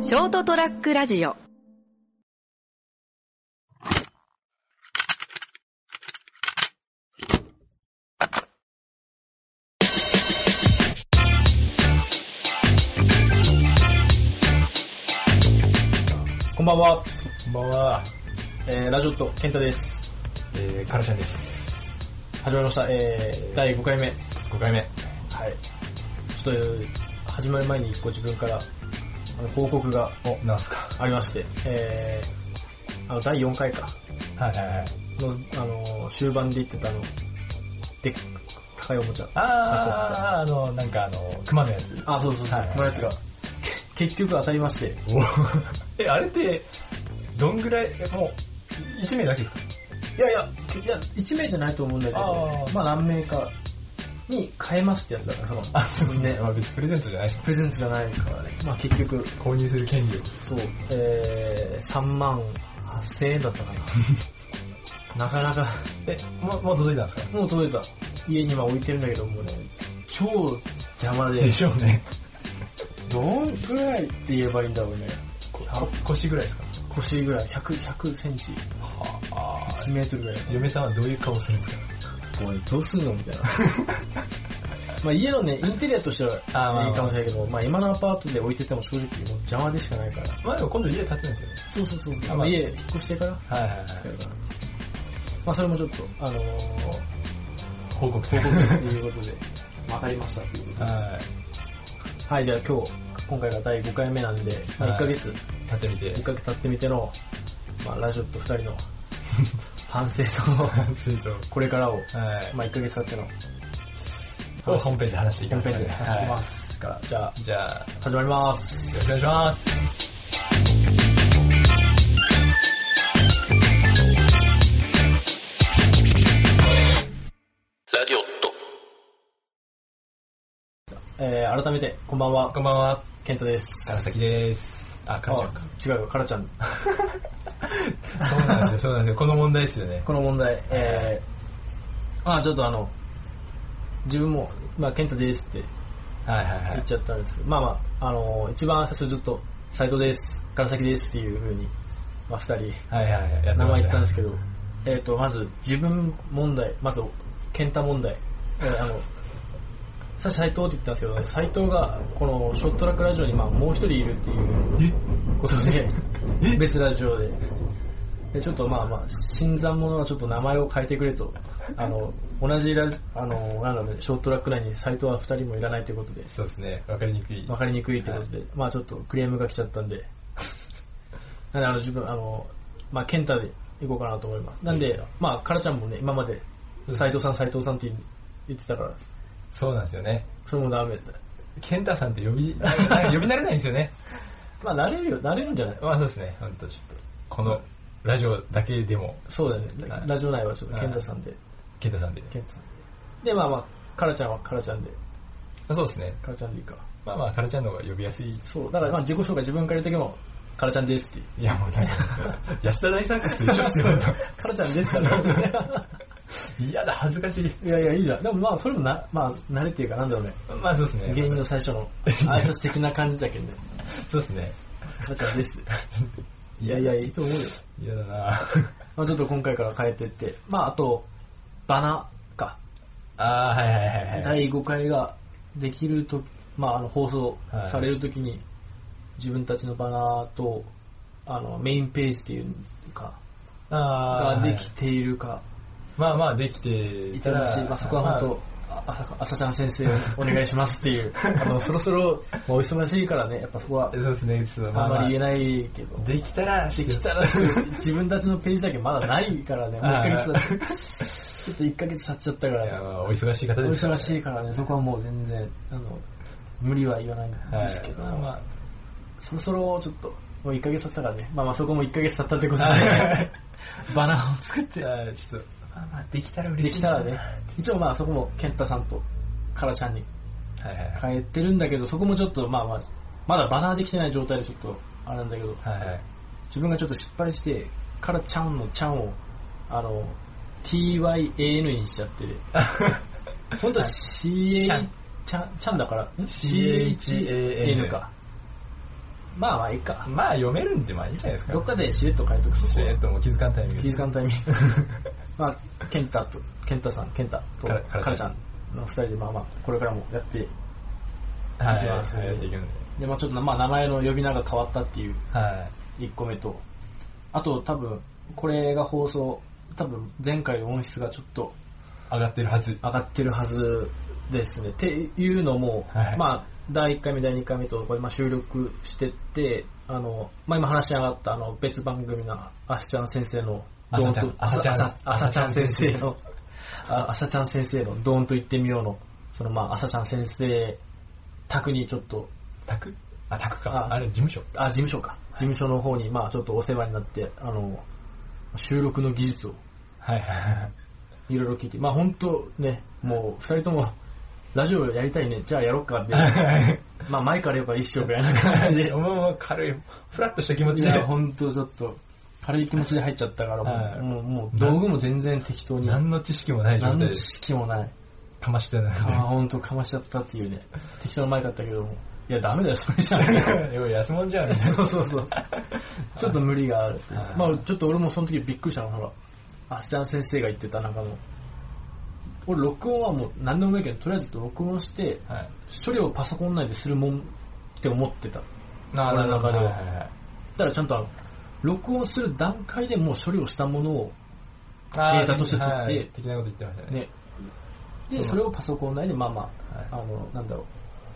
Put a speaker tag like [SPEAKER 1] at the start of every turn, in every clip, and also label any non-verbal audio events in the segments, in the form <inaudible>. [SPEAKER 1] ショートトラックラジオ
[SPEAKER 2] こんばんは、
[SPEAKER 3] こんばんは、
[SPEAKER 2] えー、ラジオット健太です。
[SPEAKER 3] えー、カラちゃんです。
[SPEAKER 2] 始まりました、えー、第5回目。
[SPEAKER 3] 5回目。
[SPEAKER 2] はい。ちょっと、えー始まる前に一個自分から、あの、報告が
[SPEAKER 3] お、なんすか。
[SPEAKER 2] ありまして、えー、あの、第4回か、
[SPEAKER 3] はいはいはい。
[SPEAKER 2] の、あのー、終盤で言ってたあの、でっ高いおもちゃ。
[SPEAKER 3] あー、あの、なんかあの、熊のやつ。
[SPEAKER 2] あ、そうそうそう、
[SPEAKER 3] はい
[SPEAKER 2] このやつが。け結局当たりまして、
[SPEAKER 3] お <laughs> え、あれって、どんぐらい、えもう、1名だけですか
[SPEAKER 2] いやいや、けいや、1名じゃないと思うんだけど
[SPEAKER 3] あ、ー
[SPEAKER 2] まあ何名かに変えますってやつだから、その、ね
[SPEAKER 3] まあ別にプレゼントじゃないです。
[SPEAKER 2] プレゼントじゃないからね。まあ結局、
[SPEAKER 3] 購入する権利を。
[SPEAKER 2] そう、えー、3万8000円だったかな。
[SPEAKER 3] <laughs>
[SPEAKER 2] なかなか、
[SPEAKER 3] え、もう、もう届いたんですか
[SPEAKER 2] もう届いた。家に今置いてるんだけど、もうね、超邪魔で、
[SPEAKER 3] ょうね。
[SPEAKER 2] どんぐらいって言えばいいんだろうね。
[SPEAKER 3] こ腰ぐらいですか
[SPEAKER 2] 腰ぐらい、100、100センチ、
[SPEAKER 3] はあ
[SPEAKER 2] 1メートルぐらい。
[SPEAKER 3] 嫁さんはどういう顔するんですか
[SPEAKER 2] こうどうすんのみたい <laughs> な。まあ家のね、インテリアとしては
[SPEAKER 3] あーまあ
[SPEAKER 2] いいかもしれないけど、まあ今のアパートで置いてても正直もう邪魔でしかないから。
[SPEAKER 3] まあでも今度家建つんですよね。
[SPEAKER 2] そうそうそう。
[SPEAKER 3] あ
[SPEAKER 2] ま
[SPEAKER 3] ま
[SPEAKER 2] あ
[SPEAKER 3] あ
[SPEAKER 2] 家引っ越してから。
[SPEAKER 3] はいはいは
[SPEAKER 2] まあそれもちょっと、あのー、
[SPEAKER 3] い。報告
[SPEAKER 2] 報告ということで、 <laughs> わかりましたということで。
[SPEAKER 3] は
[SPEAKER 2] はい、じゃあ今日、今回が第5回目なんで、まあ、1ヶ月、
[SPEAKER 3] い。立ってみて
[SPEAKER 2] 1。ヶ月経ってみての、まあ、ラジオと2人 <laughs> の反省と、
[SPEAKER 3] ツイート。
[SPEAKER 2] これからを、
[SPEAKER 3] はい。
[SPEAKER 2] まあ、1ヶ月経っての
[SPEAKER 3] を本編で話していき
[SPEAKER 2] キャン
[SPEAKER 3] ま
[SPEAKER 2] ペ
[SPEAKER 3] し
[SPEAKER 2] ー
[SPEAKER 3] ょ
[SPEAKER 2] ン
[SPEAKER 3] う
[SPEAKER 2] で
[SPEAKER 3] ね
[SPEAKER 2] 話していきますから、じゃあ
[SPEAKER 3] は、いじゃあ、
[SPEAKER 2] 始まります。
[SPEAKER 3] よろしくお願いします。
[SPEAKER 2] えー、改めて、こんばんは、
[SPEAKER 3] こんばんは、
[SPEAKER 2] ケントです。
[SPEAKER 3] 川崎です。あ、カラちゃんか。
[SPEAKER 2] あ違うよ、カラちゃん。
[SPEAKER 3] そうなんですよ、そうなんですよ。この問題ですよね。
[SPEAKER 2] この問題、えー、まあちょっとあの、自分も、まあ、ケントですって
[SPEAKER 3] はいはいは
[SPEAKER 2] 言っ
[SPEAKER 3] い。
[SPEAKER 2] ちゃったんですけど、まあまあ、あのー一番最初ずっと、斉藤です、から先ですっていう風に、まあ二人、
[SPEAKER 3] はいはいはい。やっ
[SPEAKER 2] 名
[SPEAKER 3] てま
[SPEAKER 2] 前
[SPEAKER 3] し
[SPEAKER 2] 言ったたんですけど、えっ、と、まず、自分問題、まず、健太問題、えーあの、さっき斎藤って言ったんですけど、斎藤が、この、ショットトラックラジオに、まあ、もう一人いるっていうことで、別ラジオで。で、ちょっとまあまあ、新参者はちょっと名前を変えてくれと、あの、同じラジ、あの、なんだろうね、ショートトラック内に斎藤は二人もいらないということで、
[SPEAKER 3] そうですね。わかりにくい。
[SPEAKER 2] わかりにくいってことで、まあちょっとクレームが来ちゃったんで、 <laughs> なんであの自分、あの、まあ健太で行こうかなと思います。なんで、まあカラちゃんもね、今まで斎藤さん斎藤さんって言ってたから、
[SPEAKER 3] そうなんですよね。
[SPEAKER 2] それもダメだった。
[SPEAKER 3] ケンタさんって呼び、なんか呼び慣れないんですよね。 <laughs>
[SPEAKER 2] まあ慣れるよ、慣れるんじゃない
[SPEAKER 3] まあそうですね。ほんとちょっと、このラジオだけでも、
[SPEAKER 2] そうだよね。
[SPEAKER 3] はい
[SPEAKER 2] ラジオ内はちょっと
[SPEAKER 3] はい
[SPEAKER 2] 健太さんで、
[SPEAKER 3] ケンタさんで。
[SPEAKER 2] 健太さんで。で、まあまあ、カラちゃんはカラちゃんで、
[SPEAKER 3] あそうですね。
[SPEAKER 2] カラちゃんでいいか。
[SPEAKER 3] まあまあ、カラちゃんの方が呼びやすい。
[SPEAKER 2] そう、だからまあ自己紹介自分から言うときも、カラちゃんですって。
[SPEAKER 3] いやもうなんか、安田大サーカスと一緒っすよ、ほんと
[SPEAKER 2] カラちゃんですから。
[SPEAKER 3] 嫌だ、恥ずかしい。
[SPEAKER 2] <laughs> いやいや、いいじゃん。でもまあ、それもな、まあ、慣れっていうか、なんだろうね。
[SPEAKER 3] まあそうですね。
[SPEAKER 2] 芸人の最初 <laughs> の挨拶的な感じだけどね。
[SPEAKER 3] そうですね。
[SPEAKER 2] さちゃんです。いやいや、いいと思うよ。
[SPEAKER 3] 嫌だな
[SPEAKER 2] まあちょっと今回から変えてって。まああと、バナか。
[SPEAKER 3] あー、はいはいはいはい。
[SPEAKER 2] 第5回ができるとき、まああの放送
[SPEAKER 3] はい
[SPEAKER 2] されるときに、自分たちのバナと、あの、メインページっていうか、
[SPEAKER 3] あ
[SPEAKER 2] が
[SPEAKER 3] ー
[SPEAKER 2] できているか、
[SPEAKER 3] まあまあできて
[SPEAKER 2] い
[SPEAKER 3] い
[SPEAKER 2] た
[SPEAKER 3] た
[SPEAKER 2] だ
[SPEAKER 3] ら
[SPEAKER 2] し、まあそこは本当、あ朝か朝ちゃん先生お願いしますって <laughs> いう、あの、そろそろ、まあお忙しいからね、やっぱそこは
[SPEAKER 3] まあ、そうですねちょっとま
[SPEAKER 2] あ
[SPEAKER 3] あ
[SPEAKER 2] ん
[SPEAKER 3] ま
[SPEAKER 2] まり
[SPEAKER 3] あ
[SPEAKER 2] 言えないけど。
[SPEAKER 3] できたら
[SPEAKER 2] できた
[SPEAKER 3] ら
[SPEAKER 2] ら、
[SPEAKER 3] <laughs>
[SPEAKER 2] 自分たちのページだけまだないからね、もう1ヶ月だ
[SPEAKER 3] は
[SPEAKER 2] ちょっと1ヶ月経っちゃったから
[SPEAKER 3] いやまあお忙しい方
[SPEAKER 2] お
[SPEAKER 3] です
[SPEAKER 2] 忙しいからね、そこはもう全然、あの、無理は言わないん
[SPEAKER 3] はい
[SPEAKER 2] ですけど、
[SPEAKER 3] まあまあ
[SPEAKER 2] そろそろちょっと、もう1ヶ月経ったからね、まあまあそこも1ヶ月経ったってことで、バナーを作って、
[SPEAKER 3] あーちょっとまあまあできたら嬉
[SPEAKER 2] で
[SPEAKER 3] しい
[SPEAKER 2] きたらね、一応まあそこも健太さんとカラちゃんに
[SPEAKER 3] はいはい
[SPEAKER 2] 変えてるんだけど、そこもちょっとまあまあ、まだバナーできてない状態でちょっと、あれなんだけど、
[SPEAKER 3] はいはい
[SPEAKER 2] 自分がちょっと失敗して、からちゃんのちゃんを、あの、TYAN にしちゃって、 <laughs> 本当は CA、
[SPEAKER 3] ち
[SPEAKER 2] ち
[SPEAKER 3] ゃ
[SPEAKER 2] ゃ
[SPEAKER 3] ん
[SPEAKER 2] ん、ちゃんだから、ん
[SPEAKER 3] CHAN
[SPEAKER 2] か。まあまあいいか。
[SPEAKER 3] まあ読めるんでまあいいんじゃないですか。
[SPEAKER 2] どっかでしれっと変えとく
[SPEAKER 3] し
[SPEAKER 2] そこ
[SPEAKER 3] え
[SPEAKER 2] は
[SPEAKER 3] っともう気づかんタイミング
[SPEAKER 2] 気づかんタイミ <laughs> ング。まあ、ケンタと、ケンタさん、ケンタと、
[SPEAKER 3] か
[SPEAKER 2] かららちゃんの二人で、まあまあ、これからもやって、
[SPEAKER 3] はい
[SPEAKER 2] いきます
[SPEAKER 3] はいやっていくんで。
[SPEAKER 2] で、まあちょっと、まあ名前の呼び名が変わったっていう
[SPEAKER 3] は
[SPEAKER 2] 1個目と、あと多分、これが放送、多分前回の音質がちょっと
[SPEAKER 3] い。上がってるはず。
[SPEAKER 2] 上がってるはずですね。っていうのも、
[SPEAKER 3] はい
[SPEAKER 2] まあ、第1回目、第2回目と、これ、まあ、収録してって、あの、まあ、今話し上がった、あの、別番組の、あしちゃん先生の、
[SPEAKER 3] あさちゃん
[SPEAKER 2] どと
[SPEAKER 3] あさちゃん
[SPEAKER 2] あさあさちゃん先生の、ああさちゃん先生の、ドーンと言ってみようの、その、まあ、あさちゃん先生、宅にちょっと、
[SPEAKER 3] タクあ、タクか。
[SPEAKER 2] あ
[SPEAKER 3] あれ、事務所。
[SPEAKER 2] あ、事務所か。事務所の方に、まあ、ちょっとお世話になって、あの、収録の技術を
[SPEAKER 3] はいはい
[SPEAKER 2] ろいろ聞いて、まあ本当ね、もう二人とも、ラジオやりたいね、じゃあやろっかって、 <laughs>
[SPEAKER 3] い。
[SPEAKER 2] まあ前からやっぱ一生ぐらいな感じ
[SPEAKER 3] で、
[SPEAKER 2] で、
[SPEAKER 3] お前も軽い、フラッとした気
[SPEAKER 2] <laughs>
[SPEAKER 3] 持
[SPEAKER 2] い
[SPEAKER 3] ちで。
[SPEAKER 2] や本当ちょっと、軽い気持ちで入っちゃったから、
[SPEAKER 3] はい
[SPEAKER 2] もう、もう、もう道具も全然適当に、
[SPEAKER 3] 何の知識もない状
[SPEAKER 2] 何
[SPEAKER 3] 態
[SPEAKER 2] の
[SPEAKER 3] で
[SPEAKER 2] 知識もない。
[SPEAKER 3] かましてな
[SPEAKER 2] ああ、
[SPEAKER 3] い。
[SPEAKER 2] 本当かましちゃったっていうね、適当な前だったけども、いやダメだよ、それじゃ
[SPEAKER 3] <laughs> よい安物じゃん。
[SPEAKER 2] そうそう
[SPEAKER 3] <laughs>
[SPEAKER 2] そう。ちょっと無理があるっていう
[SPEAKER 3] はい。
[SPEAKER 2] まあちょっと俺もその時びっくりしたの、ほら、あしちゃん先生が言ってた中の、俺録音はもう何でもいいけど、とりあえず録音して、
[SPEAKER 3] はい。
[SPEAKER 2] 処理をパソコン内でするもんって思ってた。
[SPEAKER 3] な
[SPEAKER 2] 俺の中では
[SPEAKER 3] はいはいはい
[SPEAKER 2] だからちゃんとあの、録音する段階でもう処理をしたものを、
[SPEAKER 3] あ
[SPEAKER 2] データとして取って
[SPEAKER 3] はい的なこと言ってましたね。
[SPEAKER 2] ね、で、それをパソコン内で、まあまあ、あの、なんだろ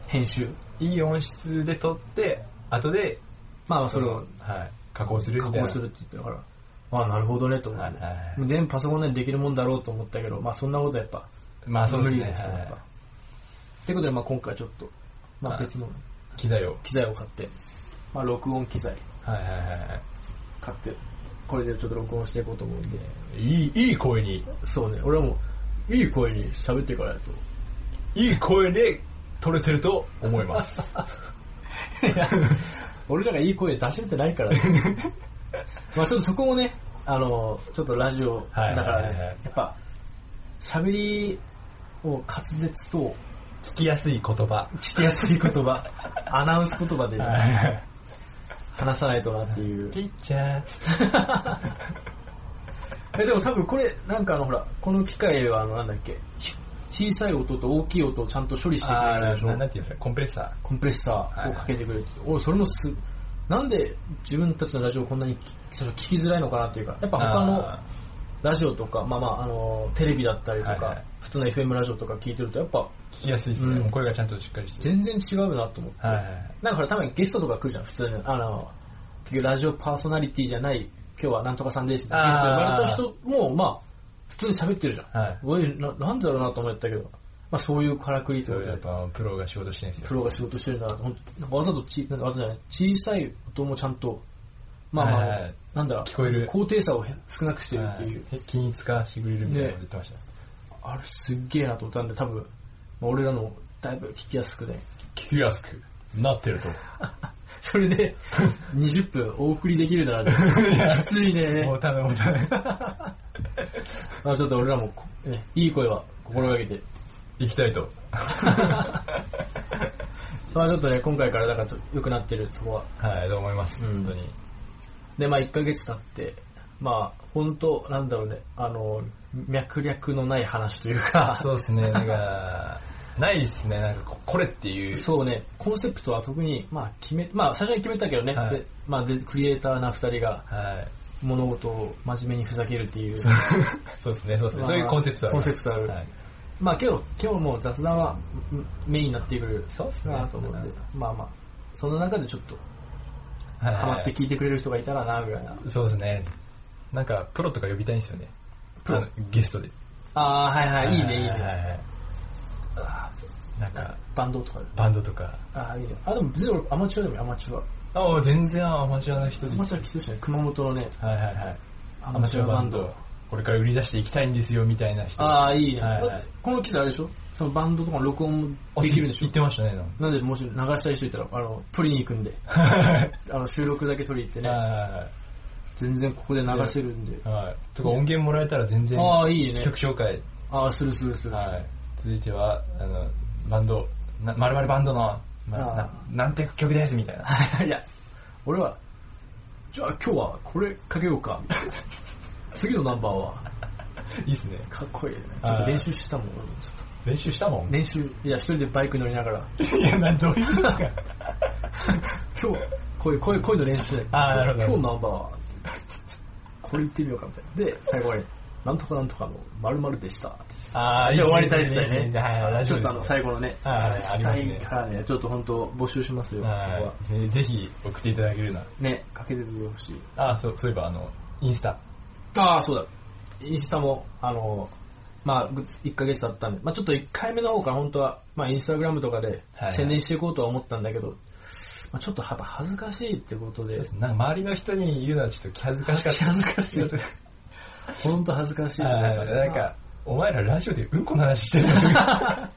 [SPEAKER 2] う、編集。
[SPEAKER 3] いい音質で撮って、後で、
[SPEAKER 2] まあまあ、それを
[SPEAKER 3] はい、加工する
[SPEAKER 2] 加
[SPEAKER 3] みたい
[SPEAKER 2] 工
[SPEAKER 3] な。
[SPEAKER 2] するって言ってたから、ああ、なるほどね、と思
[SPEAKER 3] は
[SPEAKER 2] っ
[SPEAKER 3] い
[SPEAKER 2] て
[SPEAKER 3] は。いはい。
[SPEAKER 2] 全部パソコン内でできるもんだろうと思ったけど、まあそんなことはやっぱ、
[SPEAKER 3] まあそうです
[SPEAKER 2] 無理
[SPEAKER 3] ね。
[SPEAKER 2] ですよ、やっぱ。
[SPEAKER 3] は
[SPEAKER 2] ってことで、まあ今回ちょっと、まあ別の
[SPEAKER 3] い機材を。
[SPEAKER 2] 機材を買って、まあ録音機材
[SPEAKER 3] はいはいはいは
[SPEAKER 2] 買って、これでちょっと録音していこうと思うんで、
[SPEAKER 3] い。いい、いい声に、
[SPEAKER 2] そうね、俺はもう、いい声に喋ってからやと。
[SPEAKER 3] いい声で撮れてると思
[SPEAKER 2] <laughs>
[SPEAKER 3] います。
[SPEAKER 2] いや俺らがいい声出せてない <laughs> からね。まあちょっとそこもね、あの、ちょっとラジオだから
[SPEAKER 3] はいはいはいはい
[SPEAKER 2] ね、やっぱ、喋りを滑舌と
[SPEAKER 3] 聞きやすい言葉。
[SPEAKER 2] 聞きやすい言葉、 <laughs> アナウンス言葉で
[SPEAKER 3] はい
[SPEAKER 2] 話さないとなっていう。
[SPEAKER 3] ピッチャー。
[SPEAKER 2] えでも多分これ、なんかあのほら、この機械はあのなんだっけ、ひ小さい音と大きい音をちゃんと処理してく
[SPEAKER 3] あ
[SPEAKER 2] れる
[SPEAKER 3] ー
[SPEAKER 2] でし
[SPEAKER 3] な
[SPEAKER 2] ょ
[SPEAKER 3] なんていうんですか、コンプレッサー。
[SPEAKER 2] コンプレッサーをかけてくれる。おそれもす、なんで自分たちのラジオこんなにきその聞きづらいのかなっていうか、やっぱ他の
[SPEAKER 3] あ
[SPEAKER 2] ラジオとか、まあまあ、あの、テレビだったりとか、
[SPEAKER 3] はいはい
[SPEAKER 2] 普通の FM ラジオとか聞いてると、やっぱ
[SPEAKER 3] ー聞きやすいですね。
[SPEAKER 2] うん
[SPEAKER 3] 声がちゃんとしっかりしてる。
[SPEAKER 2] 全然違うなと思って。
[SPEAKER 3] はいはいはい。
[SPEAKER 2] だから多分ゲストとか来るじゃん、普通に。あの、結局ラジオパーソナリティじゃない、今日はなんとかさんですってゲスト
[SPEAKER 3] あー
[SPEAKER 2] で呼ばれた人も、まあ、普通に喋ってるじゃん。
[SPEAKER 3] はい
[SPEAKER 2] おいな、なんだろうなと思ったけど、まあそういうからくりと
[SPEAKER 3] そ
[SPEAKER 2] いうう
[SPEAKER 3] やっ
[SPEAKER 2] か
[SPEAKER 3] ぱプロが仕事してるんです
[SPEAKER 2] プ
[SPEAKER 3] よ。
[SPEAKER 2] ロが仕事してるな、ほんとなんかわざとち、なんかわざとじゃない、小さい音もちゃんと、まあまあ、
[SPEAKER 3] はいはい
[SPEAKER 2] なんだろう、
[SPEAKER 3] 聞こえる
[SPEAKER 2] 高低差をへ少なくしてるっていう。
[SPEAKER 3] はい均一化してくれるみたいなこと言ってました。
[SPEAKER 2] あれすっげえなと思ったんで、多分、まあ俺らのだいぶ聞きやすくね。
[SPEAKER 3] 聞きやすくなってると。
[SPEAKER 2] それ
[SPEAKER 3] <laughs>
[SPEAKER 2] で、20分お送りできるならね、きついね
[SPEAKER 3] も。うためもうため。
[SPEAKER 2] まあちょっと俺らもこ、ね、いい声は心がけて。
[SPEAKER 3] 行きたいと。
[SPEAKER 2] まあちょっとね、今回からだからちょっと良くなってる、そこは。
[SPEAKER 3] はい、と思います。
[SPEAKER 2] うん
[SPEAKER 3] 本当に。
[SPEAKER 2] で、まあ1ヶ月経って、まあ本当なんだろうね、あの、脈略のない話という
[SPEAKER 3] <laughs>
[SPEAKER 2] か、
[SPEAKER 3] そうですね、なんか、ないですね、なんかここれっていう。
[SPEAKER 2] そうね、コンセプトは特に、まあ決め、まあ最初に決めたけどね、
[SPEAKER 3] はい
[SPEAKER 2] でまあでクリエイターな二人が
[SPEAKER 3] はい。
[SPEAKER 2] 物事を真面目にふざけるっていう。
[SPEAKER 3] そうですね、そうですね。
[SPEAKER 2] まあ
[SPEAKER 3] そういうコンセプトある。
[SPEAKER 2] コンセプトある
[SPEAKER 3] はい
[SPEAKER 2] まあけど、今日もう雑談はうんメインになってくる
[SPEAKER 3] そうっすね
[SPEAKER 2] なと思って、まあまあ、その中でちょっと
[SPEAKER 3] はい
[SPEAKER 2] ハマって聞いてくれる人がいたらな、ぐらいな。
[SPEAKER 3] そうですね。なんか、プロとか呼びたいんですよね。
[SPEAKER 2] プロ
[SPEAKER 3] あのゲストで。
[SPEAKER 2] ああ、はいはい、いいね、いい
[SPEAKER 3] は
[SPEAKER 2] ね。
[SPEAKER 3] はなんか、
[SPEAKER 2] バンドとかで。
[SPEAKER 3] バンドとか。
[SPEAKER 2] ああ、いいね。あ、でも別に俺アマチュアでもいいアマチュア。
[SPEAKER 3] あ、もう全然アマチュアな人
[SPEAKER 2] ア
[SPEAKER 3] で。
[SPEAKER 2] マチュア来てるしね、熊本のね、
[SPEAKER 3] はいはいはい。
[SPEAKER 2] アマチュアバンド。。
[SPEAKER 3] これから売り出していきたいんですよ、みたいな人。
[SPEAKER 2] ああ、いいね
[SPEAKER 3] はいはい。
[SPEAKER 2] この機材あれでしょそのバンドとかの録音
[SPEAKER 3] あ、
[SPEAKER 2] もできるんでしょ
[SPEAKER 3] 言ってましたね、
[SPEAKER 2] なんでもし流したい人いたら、あの、取りに行くんで、
[SPEAKER 3] はい
[SPEAKER 2] あの、収録だけ取りに行ってね、
[SPEAKER 3] は
[SPEAKER 2] 全然ここで流せるんで
[SPEAKER 3] い。はい。とか音源もらえたら全然、
[SPEAKER 2] ああ、いいね。
[SPEAKER 3] 曲紹介。
[SPEAKER 2] ああ、するするする。
[SPEAKER 3] はい。続いては、あの、バンド、な、まるまるバンドの、ま
[SPEAKER 2] あ
[SPEAKER 3] ななんて曲です、みたい
[SPEAKER 2] <laughs>
[SPEAKER 3] な。
[SPEAKER 2] いや、俺は、じゃあ今日はこれかけようか、 <laughs> みたいな。次のナンバーは、
[SPEAKER 3] いいっすね。
[SPEAKER 2] かっこいいよね。ちょっと練習してたもん、俺もちょっ
[SPEAKER 3] 練習したも
[SPEAKER 2] と
[SPEAKER 3] ん。
[SPEAKER 2] 練習、いや、一人でバイク乗りなが
[SPEAKER 3] <laughs>
[SPEAKER 2] ら、
[SPEAKER 3] いや、なん、どういうことですか
[SPEAKER 2] 今日は、こういう、こういう、こういうの練習して、
[SPEAKER 3] あーなるほど
[SPEAKER 2] 今日のナンバーは、これ行ってみようか、みたいな。で、最後に、なんとかなんとかの、まるでした。
[SPEAKER 3] ああ、いい
[SPEAKER 2] で
[SPEAKER 3] っす
[SPEAKER 2] 終
[SPEAKER 3] ね
[SPEAKER 2] わりたいです
[SPEAKER 3] いいっ
[SPEAKER 2] ね。
[SPEAKER 3] はい、ラジ
[SPEAKER 2] ち
[SPEAKER 3] オ
[SPEAKER 2] ょっ
[SPEAKER 3] で
[SPEAKER 2] と
[SPEAKER 3] す
[SPEAKER 2] あの、最後のね、
[SPEAKER 3] はいありますね
[SPEAKER 2] したいからね、ちょっと本当募集しますよ、ここは
[SPEAKER 3] は。いぜぜひ送っていただけるような。
[SPEAKER 2] ね、かけててほしい。
[SPEAKER 3] ああ、そう、そういえば、あの、インスタ。
[SPEAKER 2] ああ、そうだ。インスタも、あの、まあ、ぐ1ヶ月だったんで、まあちょっと1回目の方から本当は、まあインスタグラムとかで
[SPEAKER 3] はいはい
[SPEAKER 2] 宣伝していこうとは思ったんだけど、まあちょっとやっぱ恥ずかしいってこと
[SPEAKER 3] そう
[SPEAKER 2] で
[SPEAKER 3] で、すねなんか周りの人に言うのはちょっと気恥ずかしかった。
[SPEAKER 2] 恥ずかしい本当恥ずかしいと思った
[SPEAKER 3] はい
[SPEAKER 2] だ
[SPEAKER 3] なんか、お前らラジオでうんこの話してるのとか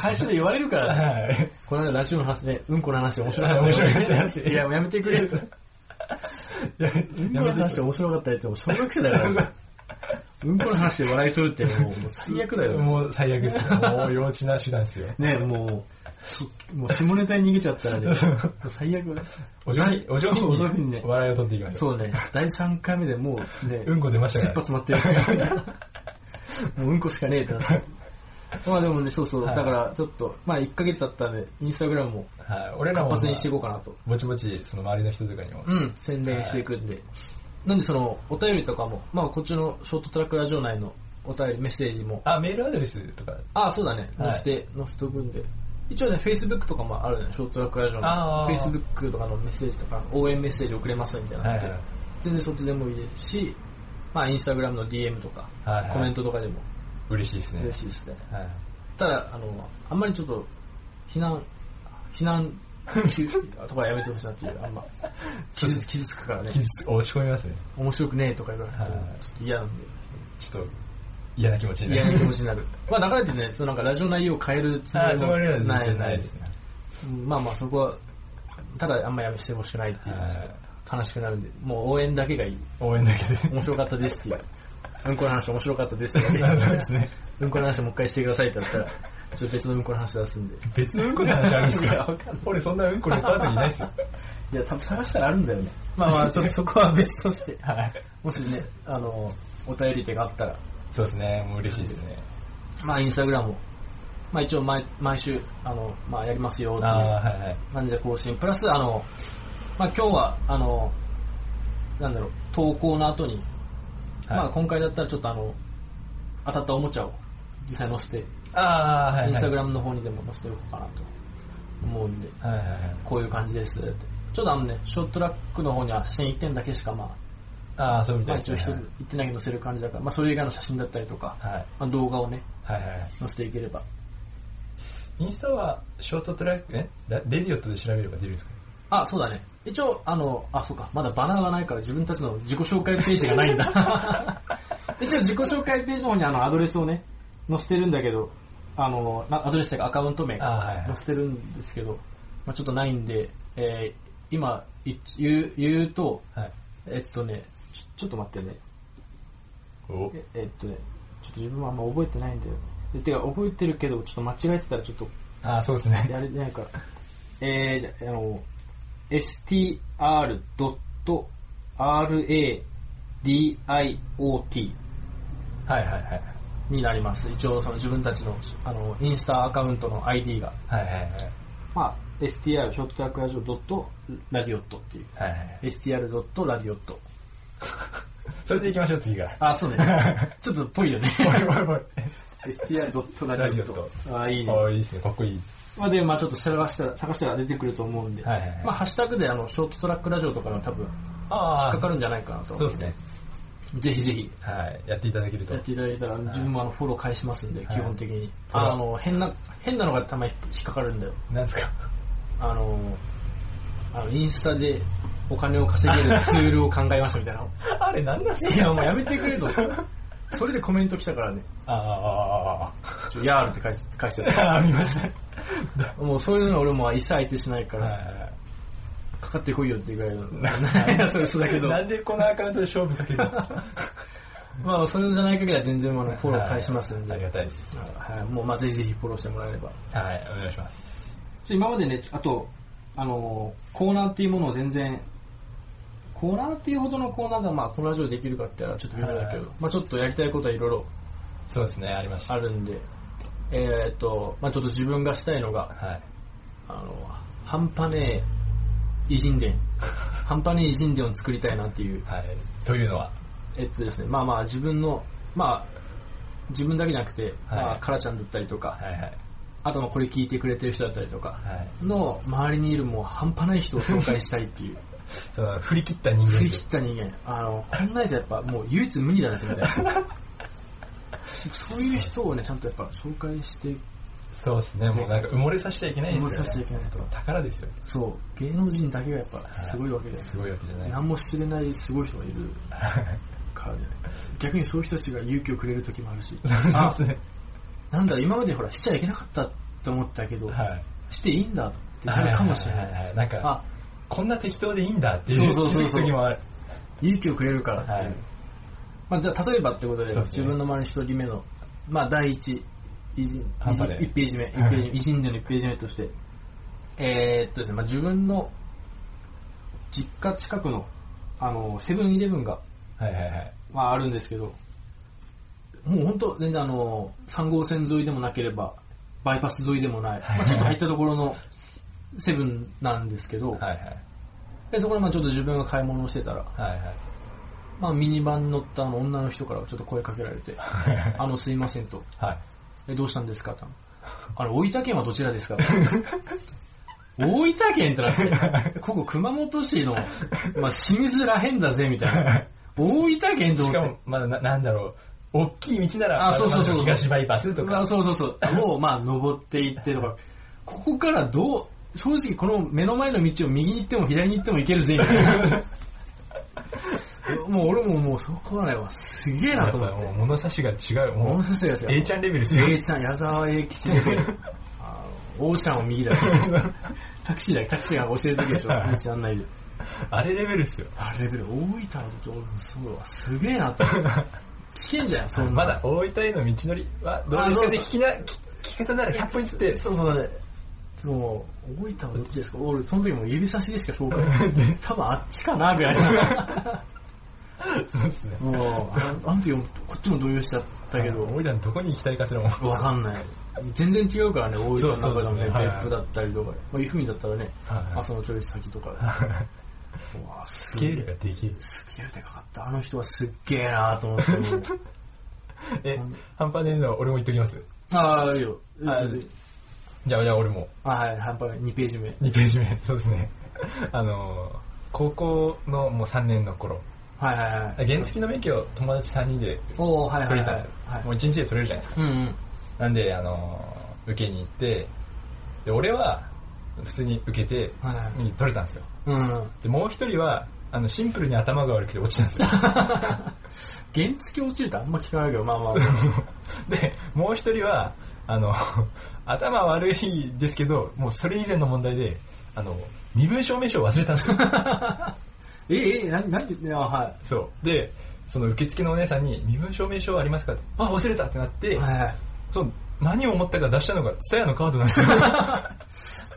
[SPEAKER 2] 会社で言われる <laughs> から、
[SPEAKER 3] はい。
[SPEAKER 2] この間ラジオの話で、うんこの話面白かったよ。
[SPEAKER 3] 面白かったよって
[SPEAKER 2] いや、もうやめてくれ。うんこ
[SPEAKER 3] や
[SPEAKER 2] の
[SPEAKER 3] やめて
[SPEAKER 2] 話面白かったよって、もう小学生だから。うんこの話で笑い取るってもう、もう最悪だよ。
[SPEAKER 3] もう最悪ですね。もう幼稚な手段ですよ。
[SPEAKER 2] ねもう、もう下ネタに逃げちゃったら
[SPEAKER 3] <laughs>
[SPEAKER 2] ね、最悪だ
[SPEAKER 3] お上品、お上品
[SPEAKER 2] お上品ね
[SPEAKER 3] に笑いを取っていきましょう。
[SPEAKER 2] そうね、第3回目でもうね、
[SPEAKER 3] うんこ出ました
[SPEAKER 2] 切
[SPEAKER 3] か
[SPEAKER 2] 羽
[SPEAKER 3] ら。
[SPEAKER 2] 詰まって
[SPEAKER 3] <laughs>
[SPEAKER 2] る。もううんこしかねえってなって。まあでもね、そうそう、
[SPEAKER 3] はい
[SPEAKER 2] だからちょっと、まあ1ヶ月だったんで、インスタグラムも
[SPEAKER 3] はい。俺ら
[SPEAKER 2] 活
[SPEAKER 3] も、ま
[SPEAKER 2] 発にしてい
[SPEAKER 3] あ、
[SPEAKER 2] こうかなと。
[SPEAKER 3] ぼちぼち、その周りの人とかにも。
[SPEAKER 2] うん、宣伝していくんで。なんでその、お便りとかも、まあこっちのショートトラックラジオ内のお便り、メッセージも、
[SPEAKER 3] あ、メールアドレスとか。
[SPEAKER 2] ああ、そうだね、
[SPEAKER 3] はい
[SPEAKER 2] 載せて、載せておくんで。一応ね、Facebook とかもあるね、ショートトラックラジオの。
[SPEAKER 3] あー
[SPEAKER 2] Facebook とかのメッセージとか、応援メッセージ送れますみたいな
[SPEAKER 3] は
[SPEAKER 2] の
[SPEAKER 3] い
[SPEAKER 2] って、
[SPEAKER 3] はい。
[SPEAKER 2] 全然そっちでもいいですし、まあインスタグラムの DM とか、
[SPEAKER 3] はいはい
[SPEAKER 2] コメントとかでも
[SPEAKER 3] 嬉しいですね。
[SPEAKER 2] 嬉しいですね。
[SPEAKER 3] はい。
[SPEAKER 2] ただ、あの、あんまりちょっと、避難、避
[SPEAKER 3] <laughs>
[SPEAKER 2] 難、とかやめてほしいなっていう、あんま、傷つ傷つくからね、
[SPEAKER 3] 傷つ、落ち込みますね。
[SPEAKER 2] 面白くねえとか言われると、
[SPEAKER 3] はい
[SPEAKER 2] ちょっと嫌なんで。
[SPEAKER 3] ちょっと、嫌な気持ちにな
[SPEAKER 2] 嫌
[SPEAKER 3] る。
[SPEAKER 2] な気持ちになる。 <laughs> まあ、流れてね、そのなんかラジオ内容を変えるつも
[SPEAKER 3] あ、
[SPEAKER 2] り
[SPEAKER 3] つ
[SPEAKER 2] も
[SPEAKER 3] ま <laughs> りは全
[SPEAKER 2] ない
[SPEAKER 3] 然
[SPEAKER 2] な
[SPEAKER 3] ない
[SPEAKER 2] い
[SPEAKER 3] ですね。
[SPEAKER 2] うんまあまあ、そこは、ただあんまやめしてほしくないっていう、
[SPEAKER 3] はい
[SPEAKER 2] 悲しくなるんで、もう応援だけがいい。
[SPEAKER 3] 応援だけで。
[SPEAKER 2] 面白かったです
[SPEAKER 3] <laughs>
[SPEAKER 2] っていう。うんこの話面白かったですっていう。
[SPEAKER 3] そうですね。
[SPEAKER 2] うんこの話もう一回してくださいってなったら、ちょっと別のうんこの話出すんで。
[SPEAKER 3] 別のうんこの話あるんです
[SPEAKER 2] いや
[SPEAKER 3] か
[SPEAKER 2] わかんない
[SPEAKER 3] 俺そんなうんこレパートリーないっすよ。
[SPEAKER 2] いや、多分探したらあるんだよね。まあまあ、 <laughs> ちょっとそこは別として。
[SPEAKER 3] はい。
[SPEAKER 2] もしね、あの、お便り手があったら、
[SPEAKER 3] そうですね。もう嬉しいですね。
[SPEAKER 2] まあ、インスタグラムを、まあ一応毎、毎週、あの、まあやりますよって
[SPEAKER 3] あ
[SPEAKER 2] いう
[SPEAKER 3] あ、はいはい。
[SPEAKER 2] 感じで更新。プラス、あの、まあ今日は、あの、なんだろう、投稿の後に、まあ今回だったらちょっとあの、当たったおもちゃを実際載せて、
[SPEAKER 3] ああ、はいはい。
[SPEAKER 2] インスタグ
[SPEAKER 3] ラ
[SPEAKER 2] ラムの方にでも載せておこうかなと思うんで、
[SPEAKER 3] ム。はいはいはい。
[SPEAKER 2] こういう感じですって。ちょっとあのね、ショートトラックの方には写真1点だけしかまあ、
[SPEAKER 3] ああ、そうみた
[SPEAKER 2] ま
[SPEAKER 3] い
[SPEAKER 2] あ
[SPEAKER 3] です
[SPEAKER 2] 一応
[SPEAKER 3] ね
[SPEAKER 2] 一つ、1点だけ載せる感じだから、まあそれ以外の写真だったりとか、
[SPEAKER 3] はい。
[SPEAKER 2] まあ動画をね、
[SPEAKER 3] はいはいはい。
[SPEAKER 2] 載せていければ。
[SPEAKER 3] インスタは、ショートトラック、えレディオットで調べれば出るんですか
[SPEAKER 2] あ、そうだね。一応、あの、あ、そうか、まだバナーがないから自分たちの自己紹介ページがないんだ。一応自己紹介ページの方にあのアドレスをね、載せてるんだけど、あの、なアドレスというかアカウント名
[SPEAKER 3] あーはいはい
[SPEAKER 2] 載せてるんですけど、まあちょっとないんで、えー今、い言う、言うと、
[SPEAKER 3] はい。
[SPEAKER 2] えっとね、ちょちょっと待ってね。
[SPEAKER 3] お
[SPEAKER 2] ええっとね、ちょっと自分はあんま覚えてないんだよ。でてか、覚えてるけど、ちょっと間違えてたらちょっと
[SPEAKER 3] ああ、そうですね。
[SPEAKER 2] やれてないから。 <laughs> えー、じゃあ、あの、str.radiot
[SPEAKER 3] はいはいはい。
[SPEAKER 2] になります。一応、その自分たちの、あの、インスタアカウントの ID が。
[SPEAKER 3] はいはいはい。
[SPEAKER 2] まあ、str, ショートトラックラジオ .radiot っていう。
[SPEAKER 3] はいはい。
[SPEAKER 2] str.radiot。
[SPEAKER 3] それで行きましょう、次から。
[SPEAKER 2] あ、そうね。ちょっとぽいよね。
[SPEAKER 3] おいおいおい。
[SPEAKER 2] str.radiot。あ、いいね。
[SPEAKER 3] おいいいですね。かっこいい。
[SPEAKER 2] まあ、で、まあちょっと探したら、探したら出てくると思うんで。
[SPEAKER 3] はいはいはい
[SPEAKER 2] まあ、ハッシュタグで、あの、ショートトラックラジオとかの多分、
[SPEAKER 3] あ
[SPEAKER 2] かかるんじゃないかなと。
[SPEAKER 3] そうですね。
[SPEAKER 2] ぜひぜひ。
[SPEAKER 3] はい。やっていただけると
[SPEAKER 2] やっ。ていただいたら、自分もあの、フォロー返しますんで、
[SPEAKER 3] はい
[SPEAKER 2] 基本的に。
[SPEAKER 3] フォロー
[SPEAKER 2] あの、変な、変なのがたまに引っかかるんだよ。
[SPEAKER 3] なんですか
[SPEAKER 2] あの、あの、インスタでお金を稼げるツールを考えましたみたいな。
[SPEAKER 3] あれなんなんす
[SPEAKER 2] いや、もうやめてくれと。それでコメント来たからね、
[SPEAKER 3] あ
[SPEAKER 2] ちょやーるって返し返して
[SPEAKER 3] あ、ああ、見ました。
[SPEAKER 2] た。もうそういうの俺も一切相手しないから、
[SPEAKER 3] は
[SPEAKER 2] かかってこいよってぐらいの。い
[SPEAKER 3] <laughs>
[SPEAKER 2] や、それそうだけ
[SPEAKER 3] い。
[SPEAKER 2] ど。
[SPEAKER 3] なんでこのアカウントで勝負かけたんですか
[SPEAKER 2] まあ、それじゃない限りは全然あの <laughs> フォロー返しますんで。
[SPEAKER 3] ありがたいです。
[SPEAKER 2] はい、もうまあぜひぜひフォローしてもらえれば。
[SPEAKER 3] はい、お願いします。
[SPEAKER 2] ちょ今までね、あと、あのーコーナーっていうものを全然コーナーっていうほどのコーナーが、まあ、このラジオでできるかって言ったらちょっと微妙だけど、まあ、ちょっとやりたいことはいろいろ
[SPEAKER 3] そうですね、ありました。
[SPEAKER 2] あるんで、えーっと、まあ、ちょっと自分がしたいのが、
[SPEAKER 3] はい。
[SPEAKER 2] あの、半端ねえ偉人 <laughs> 伝、半端ねえ偉人伝を作りたいなっていう、
[SPEAKER 3] はい。というのは、
[SPEAKER 2] えっとですね、まあまあ自分の、まあ、自分だけじゃなくて、まあ、カラちゃんだったりとか、
[SPEAKER 3] はいはい。
[SPEAKER 2] あとまあこれ聞いてくれてる人だったりとか、
[SPEAKER 3] はい。
[SPEAKER 2] の周りにいるもう半端ない人を紹介したいっ
[SPEAKER 3] <laughs>
[SPEAKER 2] ていう。
[SPEAKER 3] その、振り切った人間
[SPEAKER 2] 振
[SPEAKER 3] で
[SPEAKER 2] り切った人間、あの、こんなやつやっぱもう唯一無二だぜみたいな。そういう人をね、ちゃんとやっぱ紹介して、
[SPEAKER 3] そうですね、もうなんか埋もれさせちゃいけないですよ、
[SPEAKER 2] 埋
[SPEAKER 3] ね。
[SPEAKER 2] もれさせちゃいけないと
[SPEAKER 3] 宝ですよ。
[SPEAKER 2] そう、芸能人だけがやっぱすごいわけじゃない
[SPEAKER 3] すごいわけじゃない。
[SPEAKER 2] 何も知れないすごい人がいるからね。逆にそういう人たちが勇気をくれる時もあるし、あ
[SPEAKER 3] <laughs> そうですね。
[SPEAKER 2] なんだ、今までほら、しちゃいけなかったって思ったけど、
[SPEAKER 3] はい。
[SPEAKER 2] していいんだってなるかもしれ
[SPEAKER 3] はいはい
[SPEAKER 2] な
[SPEAKER 3] はいはい
[SPEAKER 2] い。
[SPEAKER 3] なんか
[SPEAKER 2] あ、
[SPEAKER 3] こんな適当でいいんだっていう
[SPEAKER 2] そうそうそうそう
[SPEAKER 3] 気づく時もある。
[SPEAKER 2] 勇気をくれるからっていう。
[SPEAKER 3] はい
[SPEAKER 2] まあ、じゃあ例えばってことで、
[SPEAKER 3] そうです
[SPEAKER 2] 自
[SPEAKER 3] ね
[SPEAKER 2] 分の周りの一人目の、まあ、第一、偉人
[SPEAKER 3] 半端ねえ
[SPEAKER 2] 一ページ目、一ペ
[SPEAKER 3] はい
[SPEAKER 2] ージ、偉人伝の一ページ目として、えー、っとですね、まあ、自分の実家近くの、あの、セブンイレブンが、
[SPEAKER 3] はいはいはい。
[SPEAKER 2] まあ、あるんですけど、もう本当全然あの、3号線沿いでもなければ、バイパス沿いでもない、まあ、ちょっと入ったところのセブンなんですけど、
[SPEAKER 3] はいはい。
[SPEAKER 2] でそこでまあちょっと自分が買い物をしてたら、
[SPEAKER 3] はいはい。
[SPEAKER 2] まあ、ミニバンに乗ったあの女の人からちょっと声かけられて、あの、すいませんと、
[SPEAKER 3] はい。
[SPEAKER 2] え、どうしたんですかと。あれ、大分県はどちらですか大分県ってなって、ここ熊本市の、まあ、清水らへんだぜ、みたいな。大分県と思
[SPEAKER 3] し
[SPEAKER 2] っ
[SPEAKER 3] か
[SPEAKER 2] て
[SPEAKER 3] も、まだな、なんだろう、大きい道なら、
[SPEAKER 2] あそうそうそう
[SPEAKER 3] まだ東バイパスと
[SPEAKER 2] あ
[SPEAKER 3] か、
[SPEAKER 2] そうそうそう。もう、まあ、登っていってとか、ここからどう、正直この目の前の道を右に行っても左に行っても行けるぜ、みたい
[SPEAKER 3] <laughs>
[SPEAKER 2] な。もう俺ももうそこはね、わすげえ
[SPEAKER 3] や
[SPEAKER 2] な
[SPEAKER 3] っ
[SPEAKER 2] と
[SPEAKER 3] ぱ
[SPEAKER 2] 思って
[SPEAKER 3] もう。物差しが違う。も
[SPEAKER 2] もの
[SPEAKER 3] う、
[SPEAKER 2] すごいやつや。
[SPEAKER 3] A ちゃんレベルですよ。
[SPEAKER 2] A ちゃん、矢沢永吉レ
[SPEAKER 3] <laughs>
[SPEAKER 2] ベル。あのオーシャンを右だよ。タクシーだよ、タクシーが教える時でしょ。
[SPEAKER 3] はい
[SPEAKER 2] 道案内で。
[SPEAKER 3] あれレベルですよ。
[SPEAKER 2] あ、レベル、大分の道路すごいわ。すげえなと思って。危険じゃん、そんな。
[SPEAKER 3] まだ大分への道のりは、どうですかって
[SPEAKER 2] あ
[SPEAKER 3] 聞きな、聞き方なら100本つって、
[SPEAKER 2] そうそうね。そう、大分はどっちですか俺、その時もう指差しでしか紹
[SPEAKER 3] <laughs>
[SPEAKER 2] 介。多分あっちかな、ぐらいな。
[SPEAKER 3] そうですね。
[SPEAKER 2] もう、ああの時もこっちも動揺しちゃったけど、
[SPEAKER 3] 大分のどこに行きたいかすらも。
[SPEAKER 2] わかんない。全然違うからね、大分の中でもね、
[SPEAKER 3] そうそうですね
[SPEAKER 2] 別
[SPEAKER 3] はい
[SPEAKER 2] 府だったりとか、まあ、湯布院だったらね、
[SPEAKER 3] はいはい
[SPEAKER 2] あそのちょい先とかで。うわ
[SPEAKER 3] ス
[SPEAKER 2] すげ
[SPEAKER 3] ケ
[SPEAKER 2] え
[SPEAKER 3] ールができる。
[SPEAKER 2] すげえでかかった。あの人はすっげえなと思って。もう
[SPEAKER 3] <laughs> え、半端ねえのは俺も言っときます。
[SPEAKER 2] ああ、いいよ。
[SPEAKER 3] あじゃあ、じゃあ俺も。
[SPEAKER 2] あはい、半端ない。2ページ目。
[SPEAKER 3] 2ページ目、 <laughs> そうですね。あのー、高校のもう3年の頃、
[SPEAKER 2] はいはいはい。
[SPEAKER 3] 原付の免許を友達3人で
[SPEAKER 2] おおはいは
[SPEAKER 3] 取
[SPEAKER 2] い
[SPEAKER 3] れ
[SPEAKER 2] は
[SPEAKER 3] たん
[SPEAKER 2] い
[SPEAKER 3] ですよ。
[SPEAKER 2] はい
[SPEAKER 3] もう。1日で取れるじゃないですか。
[SPEAKER 2] うんうん。
[SPEAKER 3] なんで、あのー、受けに行って、で、俺は普通に受けて、
[SPEAKER 2] はいはい
[SPEAKER 3] 取れたんですよ。
[SPEAKER 2] うんうん。
[SPEAKER 3] で、もう一人は、あの、シンプルに頭が悪くて落ちたん <laughs> ですよ。
[SPEAKER 2] 原付落ちるってあんま聞かないけど、まあまあま
[SPEAKER 3] で、もう一人は、あの、頭悪いですけど、もうそれ以前の問題で、あの、身分証明書を忘れたんです <laughs> よ。
[SPEAKER 2] あ。 <laughs> ええ、えなんなんて言ってんのは
[SPEAKER 3] そう。で、その受付のお姉さんに、身分証明書ありますかって、あ、忘れたってなって、
[SPEAKER 2] い。はいはい。
[SPEAKER 3] そう、何を思ったか出したのが、ツタヤのカードなんですよ。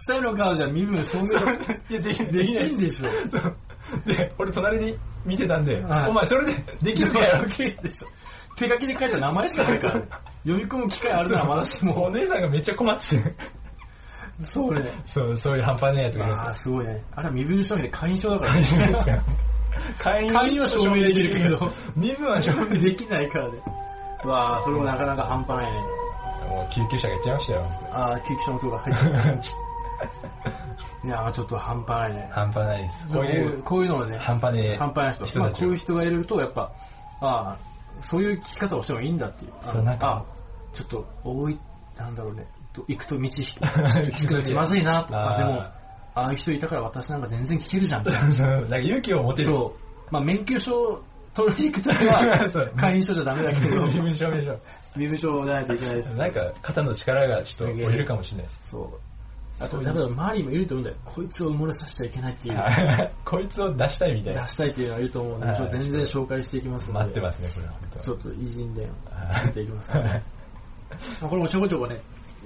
[SPEAKER 2] 最後の顔じゃ身分証明が
[SPEAKER 3] <laughs> いや、でき
[SPEAKER 2] で
[SPEAKER 3] <laughs> でき
[SPEAKER 2] き
[SPEAKER 3] ない
[SPEAKER 2] んでしょ。
[SPEAKER 3] で、俺隣に見てたんで、
[SPEAKER 2] はい
[SPEAKER 3] お前それでできるか
[SPEAKER 2] や
[SPEAKER 3] や <laughs>
[SPEAKER 2] ろけでしょ。手書きで書いた名前しかないから、読み込む機会あるならまだし
[SPEAKER 3] ろ。もう
[SPEAKER 2] も。
[SPEAKER 3] お姉さんがめっちゃ困ってて、
[SPEAKER 2] そうね。
[SPEAKER 3] そう、そういう半端ないやつがいるん
[SPEAKER 2] ああ、すごいね。あれは身分証明で会員証だからね。
[SPEAKER 3] ですよ。会員ですから会員
[SPEAKER 2] 会員は証明できるけど、
[SPEAKER 3] 身分は証明。
[SPEAKER 2] できないからね。わあ、それもなかなか半端ないね。
[SPEAKER 3] もう救急車が行っちゃいましたよ。
[SPEAKER 2] ああ、救急車の音が入ってる。いやー、ちょっと半端ないね。
[SPEAKER 3] 半端ないです。こ
[SPEAKER 2] こ
[SPEAKER 3] う
[SPEAKER 2] う
[SPEAKER 3] い
[SPEAKER 2] いうう、こういうのはね、
[SPEAKER 3] 半端ねえ
[SPEAKER 2] 半端ない人。
[SPEAKER 3] 人
[SPEAKER 2] ま
[SPEAKER 3] た
[SPEAKER 2] あ、
[SPEAKER 3] ち
[SPEAKER 2] こ
[SPEAKER 3] を
[SPEAKER 2] ういう人がいると、やっぱ、ああ、そういう聞き方をしてもいいんだっていう。あ
[SPEAKER 3] そうなんか
[SPEAKER 2] ああ、ちょっと、多い、なんだろうね、と行くと道引く、 <laughs> ちょっと聞くの気まずいなとか、
[SPEAKER 3] あ
[SPEAKER 2] で
[SPEAKER 3] ー
[SPEAKER 2] も、ああいう人いたから私なんか全然聞けるじゃんみたい
[SPEAKER 3] <laughs> そうなんか勇気を持て
[SPEAKER 2] な。
[SPEAKER 3] る。
[SPEAKER 2] そう。まあ、免許証取りに行くとき
[SPEAKER 3] そう <laughs>
[SPEAKER 2] は、会員証じゃダメだけど、
[SPEAKER 3] 身分証明書。
[SPEAKER 2] 身分証じゃないといけないです。
[SPEAKER 3] なんか肩の力がちょっと折れるかもしれないです
[SPEAKER 2] そう。あ
[SPEAKER 3] そう
[SPEAKER 2] と、
[SPEAKER 3] いう
[SPEAKER 2] だから周りもいると思うんだよ。こいつを埋もれさせちゃいけないっていう、
[SPEAKER 3] はい。こいつを出したいみたい
[SPEAKER 2] 出
[SPEAKER 3] な。
[SPEAKER 2] したいっていうのはいると思うんで、
[SPEAKER 3] はい
[SPEAKER 2] ちょっと全然紹介していきますので。
[SPEAKER 3] 待ってますね、これは。
[SPEAKER 2] <laughs> ちょっと偉人伝を作っていきますね。まあこれもちょこちょこね、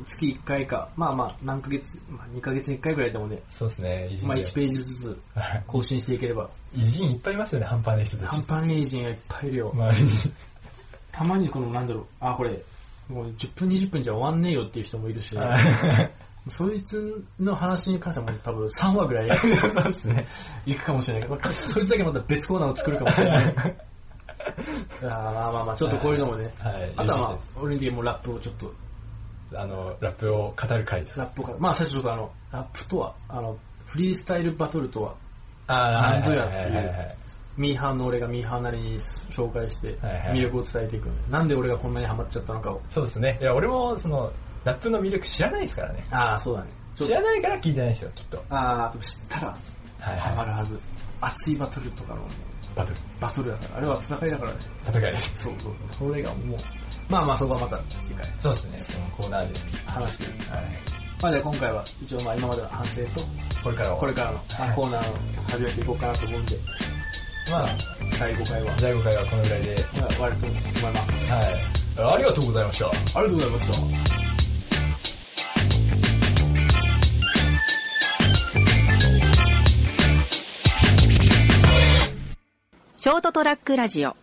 [SPEAKER 2] 月1回か、まあまあ、何ヶ月、まあ、2ヶ月に1回ぐらいでもね、
[SPEAKER 3] そうですね、偉人
[SPEAKER 2] まあ
[SPEAKER 3] で
[SPEAKER 2] 1ページずつ更新していければ。
[SPEAKER 3] <laughs> 偉人いっぱいいますよね、半端ない人た
[SPEAKER 2] 半
[SPEAKER 3] ち。
[SPEAKER 2] 端ねえ人がいっぱいいるよ。
[SPEAKER 3] 周り
[SPEAKER 2] <laughs>
[SPEAKER 3] に。
[SPEAKER 2] たまにこのなんだろう、あ、これ、もう10分20分じゃ終わんねえよっていう人もいるし、
[SPEAKER 3] <laughs>
[SPEAKER 2] そいつの話に関してはもう多分3話ぐらい
[SPEAKER 3] そうです <laughs> ね。
[SPEAKER 2] 行くかもしれないけど、そいつだけまた別コーナーを作るかもしれ
[SPEAKER 3] <laughs>
[SPEAKER 2] ない。あーまあまあまあ、ちょっとこういうのもね。
[SPEAKER 3] はい。
[SPEAKER 2] あとはまあ、俺にもラップをちょっと、
[SPEAKER 3] あの、ラップを語る回です。
[SPEAKER 2] ラップをか、まあ最初ちょっとあの、ラップとは、あの、フリースタイルバトルとは、
[SPEAKER 3] あ
[SPEAKER 2] なんぞやっていう
[SPEAKER 3] はいはいはいはい
[SPEAKER 2] ミーハーの俺がミーハーなりに紹介して、
[SPEAKER 3] はいはい
[SPEAKER 2] 魅力を伝えていく。なんで俺がこんなにハマっちゃったのかを。
[SPEAKER 3] そうですね。いや、俺も、その、ラップの魅力知らないですからね。
[SPEAKER 2] ああ、そうだね。ちょっ
[SPEAKER 3] 知
[SPEAKER 2] と
[SPEAKER 3] らないから聞いてないですよ、きっと。
[SPEAKER 2] ああ、でも知ったら、
[SPEAKER 3] はい
[SPEAKER 2] ハマ
[SPEAKER 3] は
[SPEAKER 2] るはず。熱いバトルとかのね、
[SPEAKER 3] い。バトル。
[SPEAKER 2] バトルだから、あれは戦いだからね。
[SPEAKER 3] 戦いです。
[SPEAKER 2] そうそうそう。それがもう、まあまあそこはまた次回
[SPEAKER 3] そうですね、そのコーナーで。
[SPEAKER 2] 話してる。
[SPEAKER 3] はい。
[SPEAKER 2] まあじゃあ今回は一応まあ今までの反省と、
[SPEAKER 3] これからは。
[SPEAKER 2] これからのまあコーナーを始めていこうかなと思うんで、
[SPEAKER 3] まあ、
[SPEAKER 2] 第5回は
[SPEAKER 3] 第5回はこのぐらいで。はい。
[SPEAKER 2] まあ終わりたいと思います。
[SPEAKER 3] ありがとうございました。
[SPEAKER 2] ありがとうございました。
[SPEAKER 1] ショートトラックラジオ